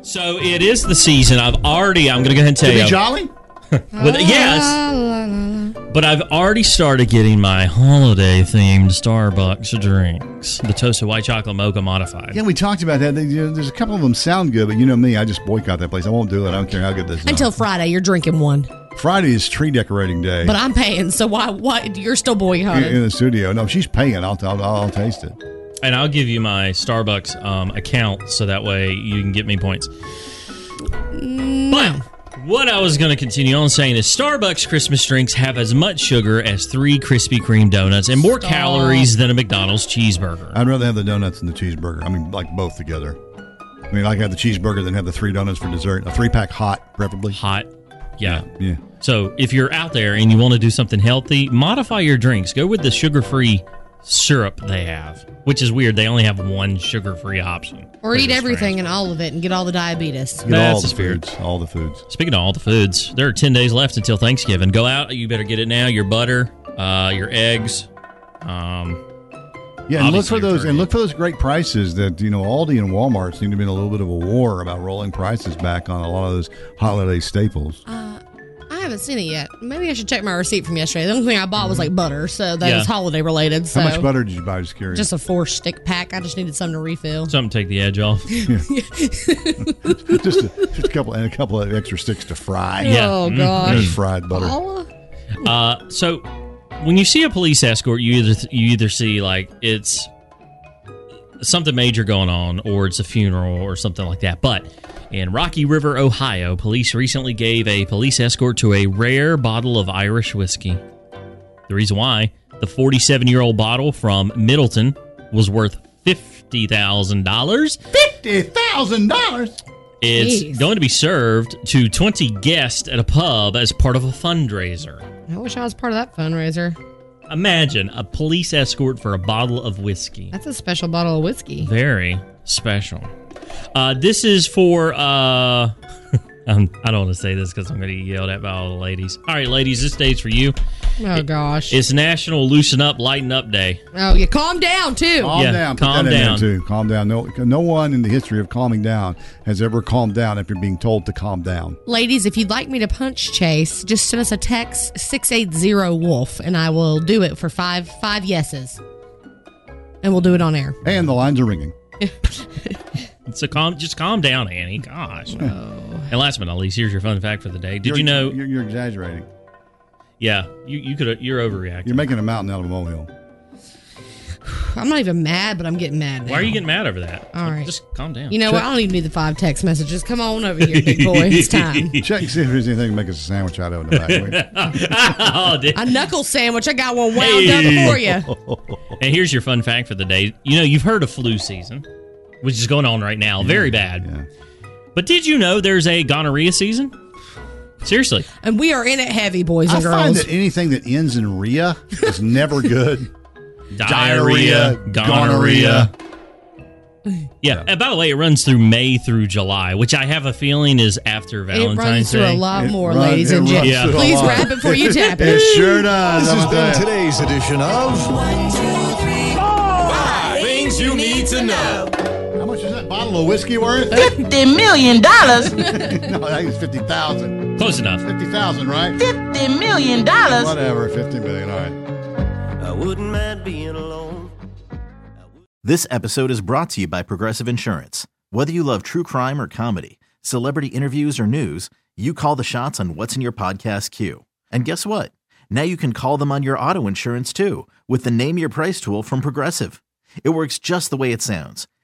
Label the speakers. Speaker 1: So it is the season. I've already. I'm going to go ahead and tell
Speaker 2: To be
Speaker 1: you.
Speaker 2: jolly?
Speaker 1: With- yes. But I've already started getting my holiday themed Starbucks drinks. The toasted white chocolate mocha modified.
Speaker 2: Yeah, we talked about that. They- you know, There's a couple of them sound good, but you know me, I just boycott that place. I won't do it. I don't care how good this is.
Speaker 3: Until Friday, you're drinking one,
Speaker 2: Friday is tree decorating day.
Speaker 3: but I'm paying, so why? Why you're still boycotting?
Speaker 2: in, in the studio. No, she's paying. I'll, I'll, I'll taste it.
Speaker 1: And I'll give you my Starbucks um, account so that way you can get me points.
Speaker 2: Mm.
Speaker 1: But what I was going to continue on saying is Starbucks Christmas drinks have as much sugar as three Krispy Kreme donuts and more
Speaker 3: Stop.
Speaker 1: calories than a McDonald's cheeseburger.
Speaker 2: I'd rather have the donuts and the cheeseburger. I mean, like both together. I mean, I can have the cheeseburger, then have the three donuts for dessert. A three pack hot, preferably.
Speaker 1: Hot. yeah.
Speaker 2: Yeah.
Speaker 1: So if you're out there and you want to do something healthy, modify your drinks. Go with the sugar-free syrup they have, which is weird. They only have one sugar-free option.
Speaker 3: or
Speaker 1: Which
Speaker 3: eat
Speaker 1: is
Speaker 3: everything
Speaker 1: strange.
Speaker 3: and all of it, and get all the diabetes.
Speaker 2: Get
Speaker 1: That's
Speaker 2: all the
Speaker 1: just weird.
Speaker 2: foods. All the foods.
Speaker 1: Speaking of all the foods, there are 10 days left until Thanksgiving. Go out. You better get it now. Your butter, uh, your eggs. Um,
Speaker 2: Yeah, and look
Speaker 1: Obviously,
Speaker 2: for those
Speaker 1: you're
Speaker 2: and look for those great prices that you know Aldi and Walmart seem to be in a little bit of a war about rolling prices back on a lot of those holiday staples.
Speaker 3: I haven't seen it yet. Maybe I should check my receipt from yesterday. The only thing I bought was like butter, so that
Speaker 1: Yeah.
Speaker 3: was holiday related. So
Speaker 2: How much butter did you buy? Just curious.
Speaker 3: just a four stick pack. I just needed some to refill.
Speaker 1: something to take the edge off.
Speaker 2: just, a, just a couple and a couple of extra sticks to fry.
Speaker 1: Yeah.
Speaker 3: Oh
Speaker 1: Mm.
Speaker 2: There's
Speaker 3: gosh.
Speaker 2: fried butter.
Speaker 3: Oh,
Speaker 1: Uh, so when you see a police escort, you either you either see like it's something major going on, or it's a funeral or something like that. But in Rocky River, Ohio, police recently gave a police escort to a rare bottle of Irish whiskey. The reason why the 47 year old bottle from Middleton was worth fifty thousand dollars.
Speaker 2: Fifty thousand dollars.
Speaker 1: It's
Speaker 3: Jeez.
Speaker 1: going to be served to 20 guests at a pub as part of a fundraiser.
Speaker 3: I wish I was part of that fundraiser.
Speaker 1: Imagine a police escort for a bottle of whiskey.
Speaker 3: That's a special bottle of whiskey.
Speaker 1: Very special. Uh, this is for. Uh, I'm, I don't want to say this because I'm going to get yelled at by all the ladies. All right, ladies, this day's for you.
Speaker 3: Oh gosh.
Speaker 1: It's National Loosen Up, Lighten Up Day.
Speaker 3: Oh yeah. Calm down too.
Speaker 2: Calm
Speaker 1: Yeah,
Speaker 2: down. Put
Speaker 1: calm
Speaker 2: that in there,
Speaker 1: down.
Speaker 2: too. Calm down. No, no one in the history of calming down has ever calmed down after being told to calm down.
Speaker 3: Ladies, if you'd like me to punch Chase, just send us a text six eight zero Wolf, and I will do it for five five yeses, and we'll do it on air.
Speaker 2: And the lines are ringing.
Speaker 1: So calm, just calm down, Annie. Gosh. And last but not least, here's your fun fact for the day. Did
Speaker 2: You're-
Speaker 1: you know?
Speaker 2: You're, you're exaggerating.
Speaker 1: yeah, you, you could. You're overreacting.
Speaker 2: You're making a mountain out of a molehill.
Speaker 3: I'm not even mad, but I'm getting mad. Now.
Speaker 1: Why are you getting mad over that?
Speaker 3: All right.
Speaker 1: just calm down.
Speaker 3: You know what? I don't even need the five text messages. Come on over here, big boy. It's time.
Speaker 2: Check and see if there's anything to make us a sandwich out of in the back.
Speaker 1: oh, dude.
Speaker 3: A knuckle sandwich. I got one wound
Speaker 1: Hey.
Speaker 3: up for you.
Speaker 1: And here's your fun fact for the day. You know, you've heard of flu season, which is going on right now, very bad.
Speaker 2: yeah.
Speaker 1: But did you know there's a gonorrhea season? Seriously,
Speaker 3: And we are in it heavy, boys and
Speaker 2: I find
Speaker 3: girls.
Speaker 2: that anything that ends in ria is never good.
Speaker 1: diarrhea, gonorrhea. Yeah. And by the way, it runs through May through July, which I have a feeling is after
Speaker 3: it
Speaker 1: Valentine's
Speaker 3: runs through
Speaker 1: Day.
Speaker 3: a lot
Speaker 2: It
Speaker 3: more,
Speaker 2: run-
Speaker 3: ladies
Speaker 2: it
Speaker 3: and
Speaker 2: runs
Speaker 3: gentlemen.
Speaker 1: through
Speaker 2: a
Speaker 3: Please
Speaker 2: lot.
Speaker 3: wrap before you tap
Speaker 2: It
Speaker 3: it.
Speaker 2: sure does.
Speaker 4: This
Speaker 2: How
Speaker 4: has
Speaker 2: about
Speaker 4: been
Speaker 2: that?
Speaker 4: today's edition of Five Things You Need to Know.
Speaker 2: How much is that bottle of whiskey worth? no,
Speaker 5: Fifty million dollars.
Speaker 2: I think it's 50,000.
Speaker 1: Close enough.
Speaker 2: 50,000, right?
Speaker 5: Fifty million dollars.
Speaker 2: Whatever, 50 million. All right.
Speaker 4: I wouldn't mind being alone.
Speaker 6: This episode is brought to you by Progressive Insurance. Whether you love true crime or comedy, celebrity interviews or news, you call the shots on what's in your podcast queue. And guess what? Now you can call them on your auto insurance too with the Name Your Price tool from Progressive. It works just the way it sounds.